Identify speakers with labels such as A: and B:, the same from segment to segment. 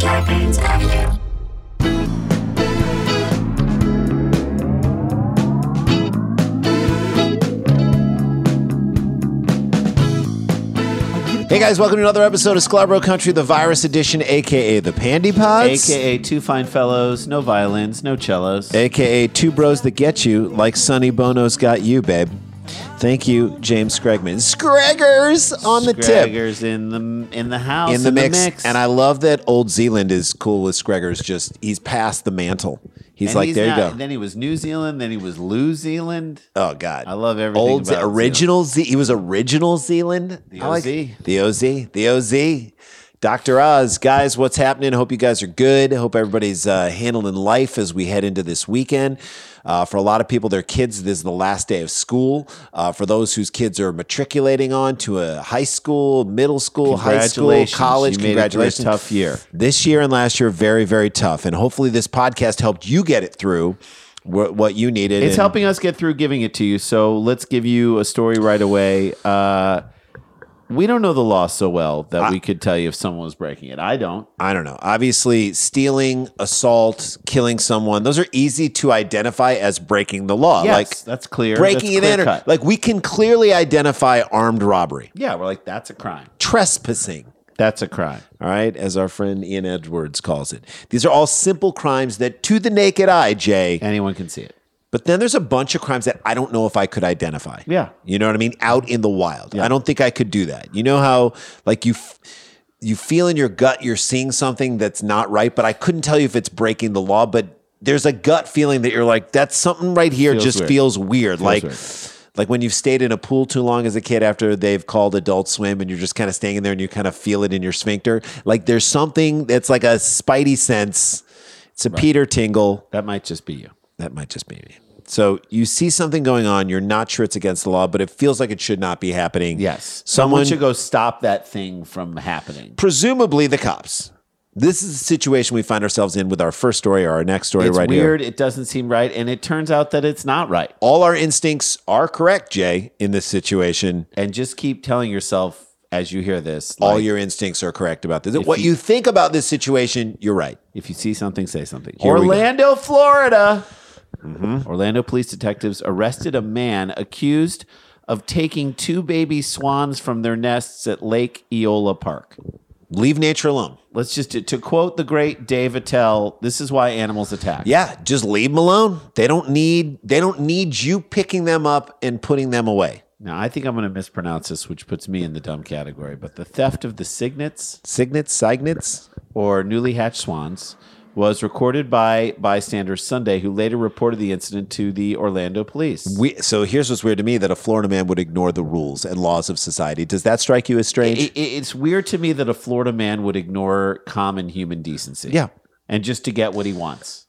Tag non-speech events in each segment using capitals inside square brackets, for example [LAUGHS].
A: Scarpins Avenue.
B: Hey guys, welcome to another episode of Scarborough Country, the virus edition, aka the Pandy Pods,
C: AKA two fine fellows, no violins, no cellos.
B: aka two bros that get you, like Sonny Bono's got you, babe. Thank you, James Scregman. Scraggers on the tip
C: Scraggers in the in the house
B: in the mix. and I love that Old Zealand is cool with Scraggers. Just he's past the mantle. He's
C: And
B: like, there
C: not-
B: you go.
C: Then he was New Zealand. Then he was Lou Zealand.
B: Oh God,
C: I love everything
B: Old Ze-
C: about
B: original Z. He was original Zealand.
C: The
B: I like-
C: OZ.
B: the OZ, the OZ. Doctor Oz, guys, what's happening? Hope you guys are good. Hope everybody's uh, handling life as we head into this weekend. Uh, for a lot of people, their kids, this is the last day of school. Uh, for those whose kids are matriculating on to a high school, middle school, high school,
C: Congratulations.
B: college,
C: You made it through a
B: congratulations.
C: tough year.
B: This year and last year, very, very tough. And hopefully, this podcast helped you get it through wh- what you needed.
C: It's
B: and-
C: helping us get through giving it to you. So let's give you a story right away. Uh, we don't know the law so well that we could tell you if someone was breaking it. I don't.
B: I don't know. Obviously, stealing, assault, killing someone, those are easy to identify as breaking the law.
C: Yes,
B: like
C: that's clear.
B: breaking it
C: That's
B: in. Or,
C: clear-cut.
B: like we can clearly identify armed robbery,
C: yeah, we're like that's a crime.
B: trespassing.
C: That's a crime.
B: All right, as our friend Ian Edwards calls it. These are all simple crimes that to the naked eye, Jay.
C: Anyone can see it.
B: But then there's a bunch of crimes that I don't know if I could identify.
C: Yeah.
B: You know what I mean? Out in the wild. I don't think I could do that. You know how like you f- you feel in your gut you're seeing something that's not right, but I couldn't tell you if it's breaking the law, but there's a gut feeling that you're like that's something right here
C: Feels
B: just
C: weird.
B: feels weird. like
C: weird.
B: Like when you've stayed in a pool too long as a kid after they've called adult swim and you're just kind of staying in there and you kind of feel it in your sphincter. Like there's something that's like a spidey sense. It's a Peter tingle
C: That might just be you.
B: that might just be me. So you see something going on, you're not sure it's against the law, but it feels like it should not be happening.
C: Yes.
B: Someone,
C: should go stop that thing from happening.
B: presumably the cops. This is the situation we find ourselves in with our first story or our next story
C: It's
B: right here.
C: weird. It doesn't seem right. And it turns out that it's not right.
B: All our instincts are correct, Jay, in this situation.
C: And just keep telling yourself as you hear this
B: All
C: like,
B: your instincts are correct about this. What
C: you-
B: you think about this situation, you're right.
C: if you see something, say something.
B: Here we go.
C: Orlando, Florida. Mm-hmm. Orlando police detectives arrested a man accused of taking two baby swans from their nests at Lake Eola Park.
B: Leave nature alone.
C: Let's just, to, to quote the great Dave Attell, this is why animals attack.
B: Yeah, just leave them alone. They don't need they don't need you picking them up and putting them away.
C: Now, I think I'm going to mispronounce this, which puts me in the dumb category, but the theft of the signets
B: Signets, signets.
C: or newly hatched swans was recorded by bystanders Sunday, who later reported the incident to the Orlando police.
B: We, so here's what's weird to me that a Florida man would ignore the rules and laws of society. Does that strike you as strange?
C: It- it- it's weird to me that a Florida man would ignore common human decency.
B: Yeah.
C: And just to get what he wants.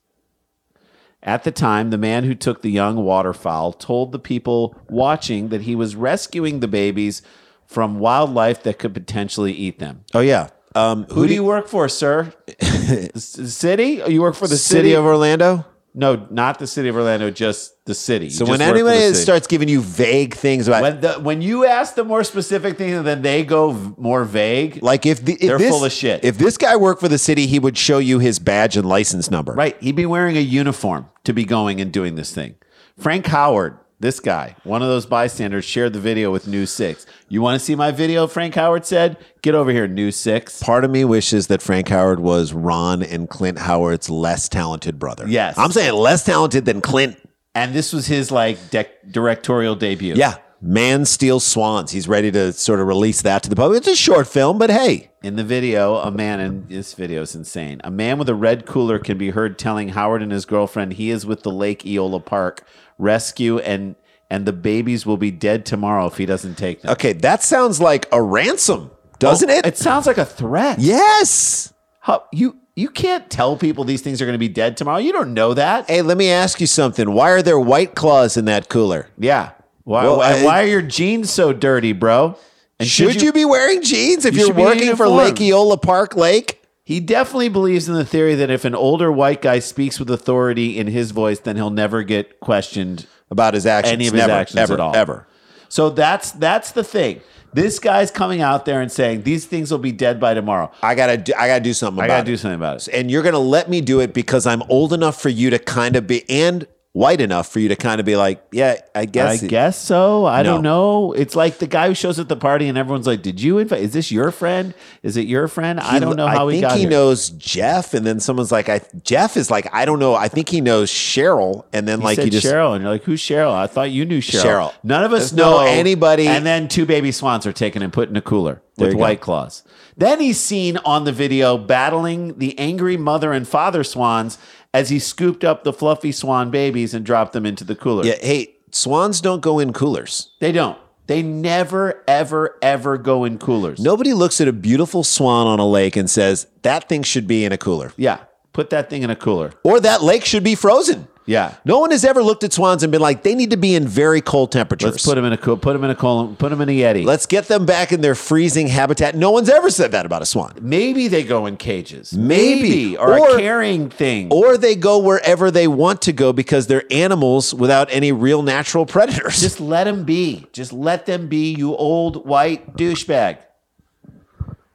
C: At the time, the man who took the young waterfowl told the people watching that he was rescuing the babies from wildlife that could potentially eat them.
B: oh yeah. Um,
C: Who do you work for, sir? the c- city? Oh, you work for the
B: the
C: city?
B: city of Orlando?
C: no, not the city of Orlando, just the city.
B: So when anybody starts giving you vague things about,
C: when the, when you ask the more specific thing, then they go v- more vague.
B: like if, the, if
C: They're
B: this,
C: full of shit.
B: If this guy worked for the city, he would show you his badge and license number.
C: Right, he'd be wearing a uniform to be going and doing this thing. Frank Howard, this guy, one of those bystanders, shared the video with News Six. You want to see my video? Frank Howard said, "Get over here, News Six.
B: Part of me wishes that Frank Howard was Ron and Clint Howard's less talented brother.
C: Yes.
B: I'm saying less talented than Clint.
C: And this was his like dec- directorial debut.
B: Yeah. Man steals swans. He's ready to sort of release that to the public. It's a short film, but hey,
C: In the video, a man in this video is insane. A man with a red cooler can be heard telling Howard and his girlfriend he is with the Lake Eola Park rescue and and the babies will be dead tomorrow if he doesn't take them. Oh,
B: Okay, that sounds like a ransom, Uh, doesn't it?
C: It sounds like a threat.
B: yes.
C: How, you you can't tell people these things are going to be dead tomorrow. You don't know that.
B: Hey, let me ask you something. Why are there white claws in that cooler?
C: yeah. Why
B: Well,
C: why,
B: I-
C: why are your jeans so dirty, bro? And
B: should you, be wearing jeans if
C: You
B: you are
C: should be
B: working for
C: uniformed.
B: Lake Eola Park Lake?
C: He definitely believes in the theory that if an older white guy speaks with authority in his voice, then he'll never get questioned
B: About his actions.
C: any of his
B: Never,
C: actions
B: ever,
C: at all.
B: Ever.
C: So that's that's the thing. This guy's coming out there and saying these things will be dead by tomorrow.
B: I gotta do, I gotta do something.
C: I
B: about
C: got to
B: it.
C: do something about it.
B: and you're gonna let me do it because I'm old enough for you to kind of be and white enough for you to kind of be like, yeah, I guess.
C: I guess so. I
B: E. No.
C: don't know. It's like the guy who shows at the party and everyone's like, "Did you invite? Is this your friend? Is it your friend?" I don't know how
B: I
C: he
B: think
C: got
B: he
C: here.
B: knows Jeff, and then someone's like, "I Jeff is like, I don't know. I think he knows Cheryl, and then
C: He
B: like
C: said
B: you just
C: Cheryl, and you're like, "Who's Cheryl? I thought you knew Cheryl."
B: Cheryl.
C: None of us
B: There's no
C: know
B: anybody-
C: And then two baby swans are taken and put in a cooler
B: There
C: with
B: you go.
C: white claws. Then he's seen on the video battling the angry mother and father swans as he scooped up the fluffy swan babies and dropped them into the cooler.
B: yeah, hey, swans don't go in coolers.
C: They don't. They never, ever, ever go in coolers.
B: Nobody looks at a beautiful swan on a lake and says that thing should be in a cooler,
C: Yeah. Put that thing in a cooler.
B: or that lake should be frozen.
C: Yeah.
B: No one has ever looked at swans and been like, they need to be in very cold temperatures.
C: Let's put them in a cool. Put them in a column. Put them in a Yeti.
B: Let's get them back in their freezing habitat. No one's ever said that about a swan.
C: maybe they go in cages.
B: Maybe.
C: or,
B: Or-
C: a carrying thing.
B: Or they go wherever they want to go because they're animals without any real natural predators.
C: Just let them be. Just let them be. You old white douchebag.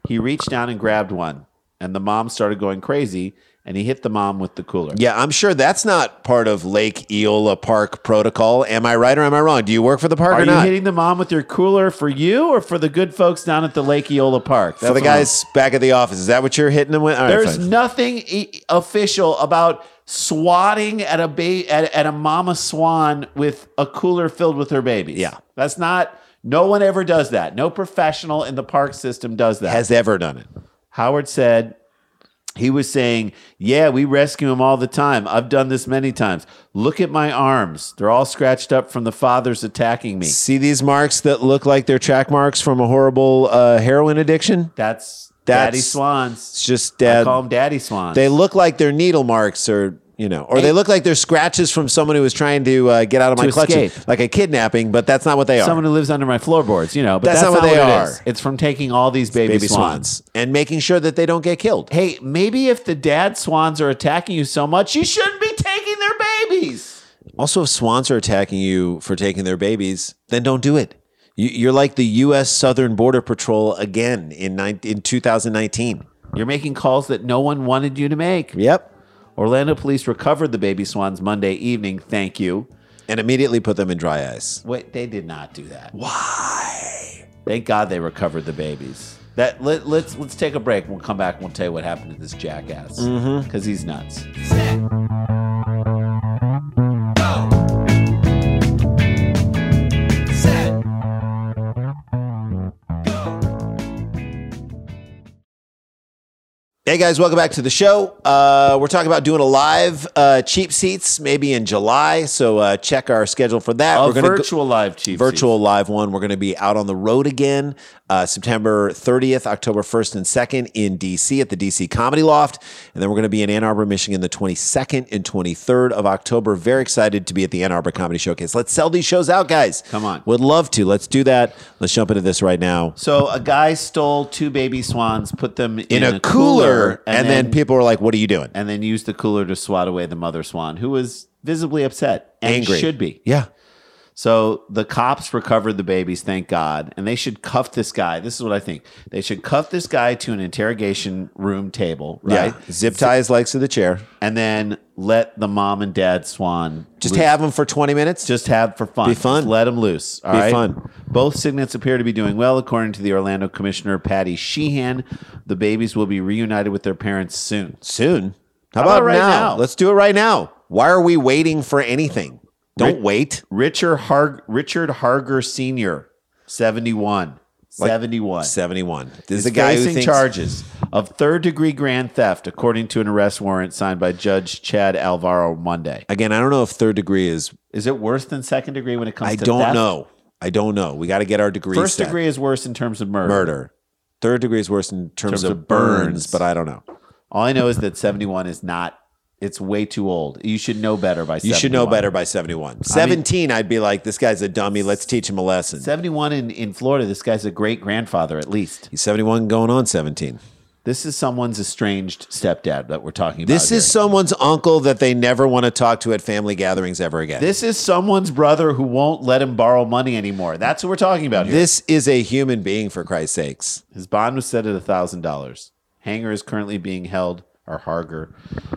C: He reached down and grabbed one, and the mom started going crazy, and he hit the mom with the cooler.
B: yeah, I'm sure that's not part of Lake Eola Park protocol. Am I right or am I wrong? Do you work for the park
C: Are
B: or
C: you
B: not?
C: hitting the mom with your cooler for you or for the good folks down at the Lake Eola Park?
B: for
C: That's
B: the
C: what I'm-
B: guys back at the office, is that what you're hitting them with? All right,
C: There's
B: fine.
C: nothing e- official about swatting at a ba- at, at a mama swan with a cooler filled with her babies.
B: Yeah.
C: that's not. No one ever does that. No professional in the park system does that.
B: has ever done it.
C: Howard said he was saying, "Yeah, we rescue him all the time. I've done this many times. Look at my arms; they're all scratched up from the fathers attacking me.
B: See these marks that look like they're track marks from a horrible uh, heroin addiction?
C: That's,
B: That's-
C: daddy
B: It's
C: swans.
B: just
C: I
B: dad.
C: call them daddy swans.
B: They look like they're needle marks or you know, or they look like they're scratches from someone who was trying to uh, get out of my clutches,
C: escape.
B: like a kidnapping. But that's not what they are.
C: someone who lives under my floorboards, you know. But
B: That's
C: that's,
B: not what they
C: it
B: are.
C: is. It's from taking all these baby,
B: baby
C: swans.
B: swans. and making sure that they don't get killed.
C: Hey, maybe if the dad swans are attacking you so much, you shouldn't be taking their babies.
B: Also, if swans are attacking you for taking their babies, then don't do it. You, you're like the U.S. Southern Border Patrol again in nine in 2019.
C: You're making calls that no one wanted you to make.
B: Yep,
C: Orlando police recovered the baby swans Monday evening. Thank you.
B: and immediately put them in dry ice.
C: Wait, they did not do that. Why? Thank God they recovered the babies. That let, let's let's take a break. We'll come back and we'll tell you what happened to this jackass because
B: Mm-hmm.
C: he's nuts.
B: Hey guys, welcome back to the show. Uh, we're talking about doing a live uh, cheap seats maybe in July, so uh, check our schedule for that.
C: A
B: we're gonna go-
C: Oh, virtual live chief.
B: virtual live one. We're going to be out on the road again uh, September 30th, October 1st and 2nd in DC at the DC Comedy Loft. And then we're going to be in Ann Arbor, Michigan the 22nd and 23rd of October. Very excited to be at the Ann Arbor Comedy Showcase. Let's sell these shows out, guys.
C: Come on.
B: Would love to. Let's do that. Let's jump into this right now.
C: So a guy stole two baby swans, put them in,
B: In, a, cooler, and, then, people were like, what are you doing?
C: and then used the cooler to swat away the mother swan, who was visibly upset and
B: Angry.
C: should be.
B: Yeah.
C: So the cops recovered the babies, thank God, and they should cuff this guy. This is what I think: they should cuff this guy to an interrogation room table, right?
B: Yeah. Zip tie his legs to the chair.
C: And then let the mom and dad swan
B: Just have them for 20 minutes.
C: just have for fun.
B: Be fun.
C: Just let them loose. all
B: Be
C: right?
B: fun.
C: Both signets appear to be doing well, according to the Orlando Commissioner Patty Sheehan. The babies will be reunited with their parents soon.
B: soon. How,
C: about
B: about,
C: right
B: now?
C: now?
B: Let's do it right now. Why are we waiting for anything? Don't wait.
C: Richard Har- Richard Harger Senior, seventy one. Seventy one.
B: 71. This is
C: He's
B: a guy who
C: facing
B: thinks
C: charges of third degree grand theft, according to an arrest warrant signed by Judge Chad Alvaro Monday.
B: Again, I don't know if third degree is
C: Is it worse than second degree when it comes
B: I
C: to
B: don't
C: theft?
B: know. I don't know. We got to get our degrees.
C: First
B: set.
C: degree is worse in terms of murder.
B: murder. Third degree is worse in terms,
C: Terms
B: of,
C: of
B: burns,
C: burns.
B: but I don't know.
C: All I know is that seventy one is not it's way too old. You should know better by
B: You
C: 71.
B: should know better by 71. 17, I'd be like, this guy's a dummy. Let's teach him a lesson.
C: Seventy one in, in Florida, this guy's a great grandfather at least.
B: He's 71 going on 17.
C: This is someone's estranged stepdad that we're talking about.
B: This is
C: here.
B: someone's uncle that they never want to talk to at family gatherings ever again. This,
C: This is someone's brother who won't let him borrow money anymore. That's what we're talking about here.
B: is a human being, for Christ's sakes.
C: His bond was set at $1,000. Hanger is currently being held, or Harger,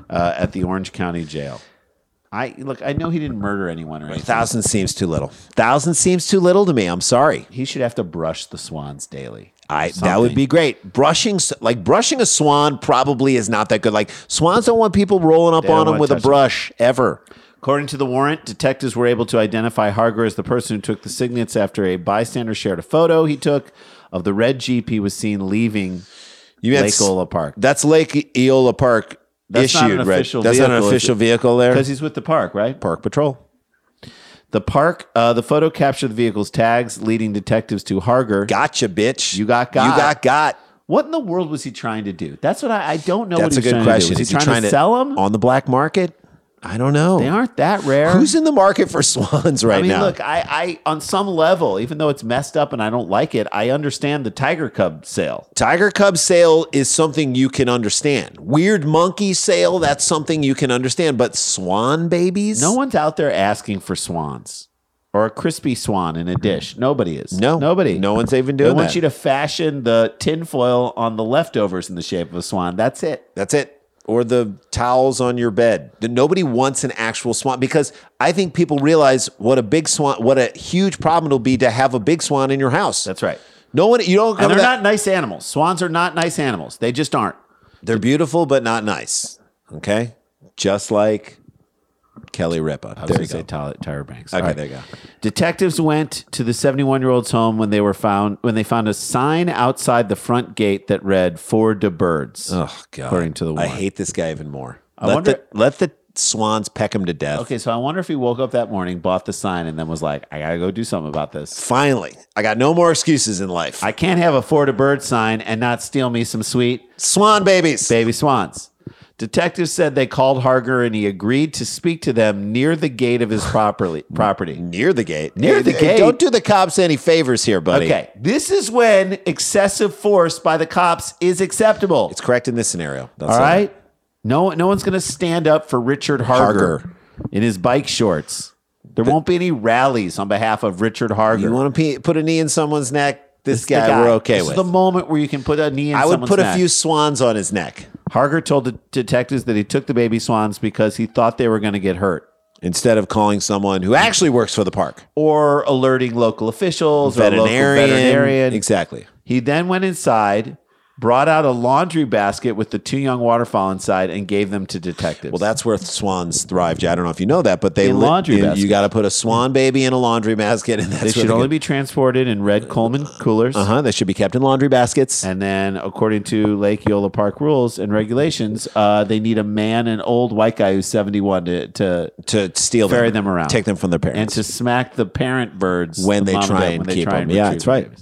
C: uh, at the Orange County Jail. I Look, I know he didn't murder anyone or anything.
B: Thousand seems too little. Thousand seems too little to me. I'm sorry.
C: He should have to brush the swans daily.
B: I that
C: Something.
B: would be great. Brushing s- like brushing a swan probably is not that good. Like swans don't want people rolling up
C: don't
B: on them
C: wanna
B: with a
C: touch them.
B: brush ever.
C: According to the warrant, detectives were able to identify Harger as the person who took the signets after a bystander shared a photo he took of the red Jeep he was seen leaving
B: You meant
C: Lake
B: s-
C: Ola Park.
B: That's Lake Eola Park
C: That's not an
B: issued, right?
C: official
B: That's not an
C: vehicle, is
B: official
C: it?
B: vehicle there.
C: Because he's with the park, right?
B: Park Patrol.
C: The park, uh, the photo captured the vehicle's tags, leading detectives to Harger.
B: Gotcha, bitch.
C: You got got.
B: You got got.
C: What in the world was he trying to do? That's what I, I don't know.
B: That's a
C: what he was
B: good
C: trying
B: question.
C: To do. Was
B: Is
C: he trying, to, sell them?
B: on the black market? I don't know.
C: They aren't that rare.
B: Who's in the market for [LAUGHS] swans right
C: I mean,
B: now?
C: look, I, I on some level, even though it's messed up and I don't like it, I understand the tiger cub sale.
B: Tiger cub sale is something you can understand. Weird monkey sale, that's something you can understand. But swan babies?
C: No one's out there asking for swans or a crispy swan in a dish. Nobody is.
B: No.
C: nobody.
B: No one's even
C: They
B: doing
C: want
B: that.
C: you to fashion the tinfoil on the leftovers in the shape of a swan. That's it.
B: That's it. Or the towels on your bed. The- Nobody wants an actual swan because I think people realize what a big swan, what a huge problem it'll be to have a big swan in your house.
C: That's right.
B: No one, you don't come
C: And
B: to
C: they're
B: that-
C: not nice animals. Swans are not nice animals. They just aren't.
B: They're beautiful, but not nice. Okay. Just like Kelly Ripa.
C: I was
B: There
C: going
B: you
C: to say
B: go.
C: Tyler, Tyra Banks.
B: Okay,
C: All right.
B: there you go.
C: Detectives went to the 71 year old's home when they were found when they found a sign outside the front gate that read "For de Birds."
B: Oh, God.
C: According to the
B: I
C: warrant.
B: hate this guy even more.
C: I
B: let,
C: wonder-
B: the, let the swans peck him to death.
C: Okay, so I wonder if he woke up that morning, bought the sign, and then was like, "I gotta go do something about this.
B: Finally, I got no more excuses in life.
C: I can't have a "For de Bird" sign and not steal me some sweet
B: swan babies.
C: baby swans." Detectives said they called Harger and he agreed to speak to them near the gate of his properly, property.
B: Near the gate.
C: Near the gate.
B: Don't do the cops any favors here, buddy.
C: Okay, this is when excessive force by the cops is acceptable.
B: It's correct in this scenario. That's
C: All right. No, no one's going to stand up for Richard Harger,
B: Harger.
C: in his bike shorts. There won't be any rallies on behalf of Richard Harger.
B: You want to pe- put a knee in someone's neck? This,
C: It's the
B: guy, we're okay
C: this
B: with.
C: Is the moment where you can put a knee. In
B: I would
C: someone's
B: put a
C: neck.
B: few swans on his neck
C: Harger told the detectives that he took the baby swans because he thought they were going to get hurt,
B: instead of calling someone who actually works for the park.
C: or alerting local officials or
B: Veterinarian.
C: a local veterinarian.
B: Exactly.
C: He then went inside, brought out a laundry basket with the two young waterfowl inside, and gave them to detectives.
B: Well, that's where swans thrive. Jay. I don't know if you know that, but they
C: In
B: li-
C: laundry
B: you- You
C: baskets.
B: got to put a swan baby in a laundry basket, and that's
C: they should
B: [LAUGHS]
C: only be transported in red Coleman coolers.
B: Uh huh. They should be kept in laundry baskets.
C: And then, according to Lake Yola Park rules and regulations, uh, they need a man, an old white guy who's 71, to, to
B: to steal
C: ferry
B: them,
C: them around.
B: take them from their
C: and
B: parents.
C: to smack the parent birds
B: When
C: the
B: they
C: mom
B: try
C: dad,
B: and
C: when they
B: keep
C: try
B: them.
C: and
B: Yeah,
C: retrieve
B: that's
C: the
B: right.
C: babies.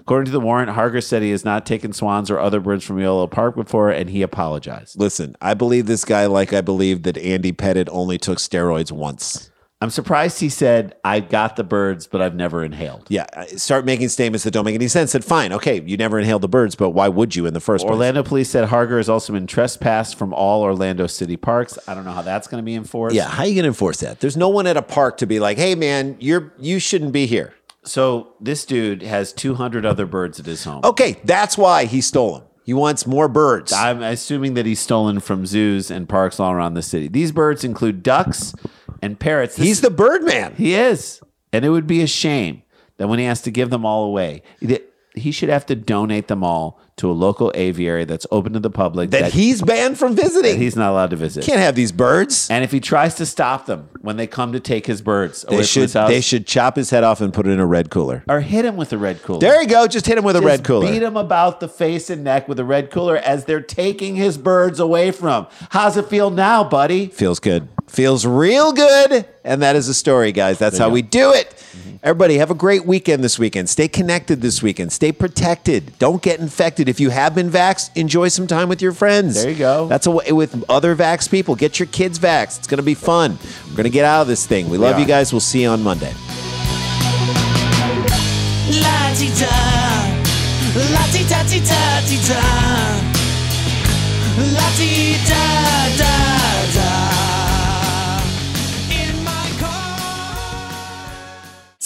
C: According to the warrant, Harger said he has not taken swans or other birds from Yola Park before, and he apologized.
B: Listen, I believe this guy like I believe that Andy Pettit only took steroids once.
C: I'm surprised he said, "I got the birds, but I've never inhaled."
B: Yeah, I- start making statements that don't make any sense. Said fine, okay, you never inhaled the birds, but why would you in the first place?
C: Orlando police said Harger has also been trespassed from all Orlando city parks. I don't know how that's going to be enforced.
B: Yeah, how you gonna enforce that? There's no one at a park to be like, hey man, you're you shouldn't be here.
C: So this dude has 200 other birds at his home.
B: Okay, that's why he stole them. He wants more birds.
C: I'm assuming that he's stolen from zoos and parks all around the city. These birds include ducks and parrots. This-
B: He's the bird man.
C: he is, and it would be a shame that when he has to give them all away, that he should have to donate them all to a local aviary that's open to the public
B: That he's banned from visiting.
C: that he's not allowed to visit.
B: can't have these birds.
C: And if he tries to stop them when they come to take his birds away
B: They
C: from
B: should
C: his house,
B: they should chop his head off and put it in a red cooler.
C: or hit him with a red cooler.
B: There you go. Just hit him with a red
C: Just
B: cooler.
C: Beat him about the face and neck with a red cooler as they're taking his birds away from. him. How's it feel now, buddy?
B: Feels good. Feels real good. And that is a story, guys. That's how we do it. Everybody, have a great weekend this weekend. Stay connected this weekend. Stay protected. Don't get infected. If you have been vaxxed, enjoy some time with your friends.
C: There you go.
B: That's a way with other vax people. Get your kids vaxxed. It's going to be fun. We're going to get out of this thing. We love you
C: are.
B: guys. We'll see you on Monday.
A: La ti da, la ti da ti da ti da, [CLEARS THROAT] Star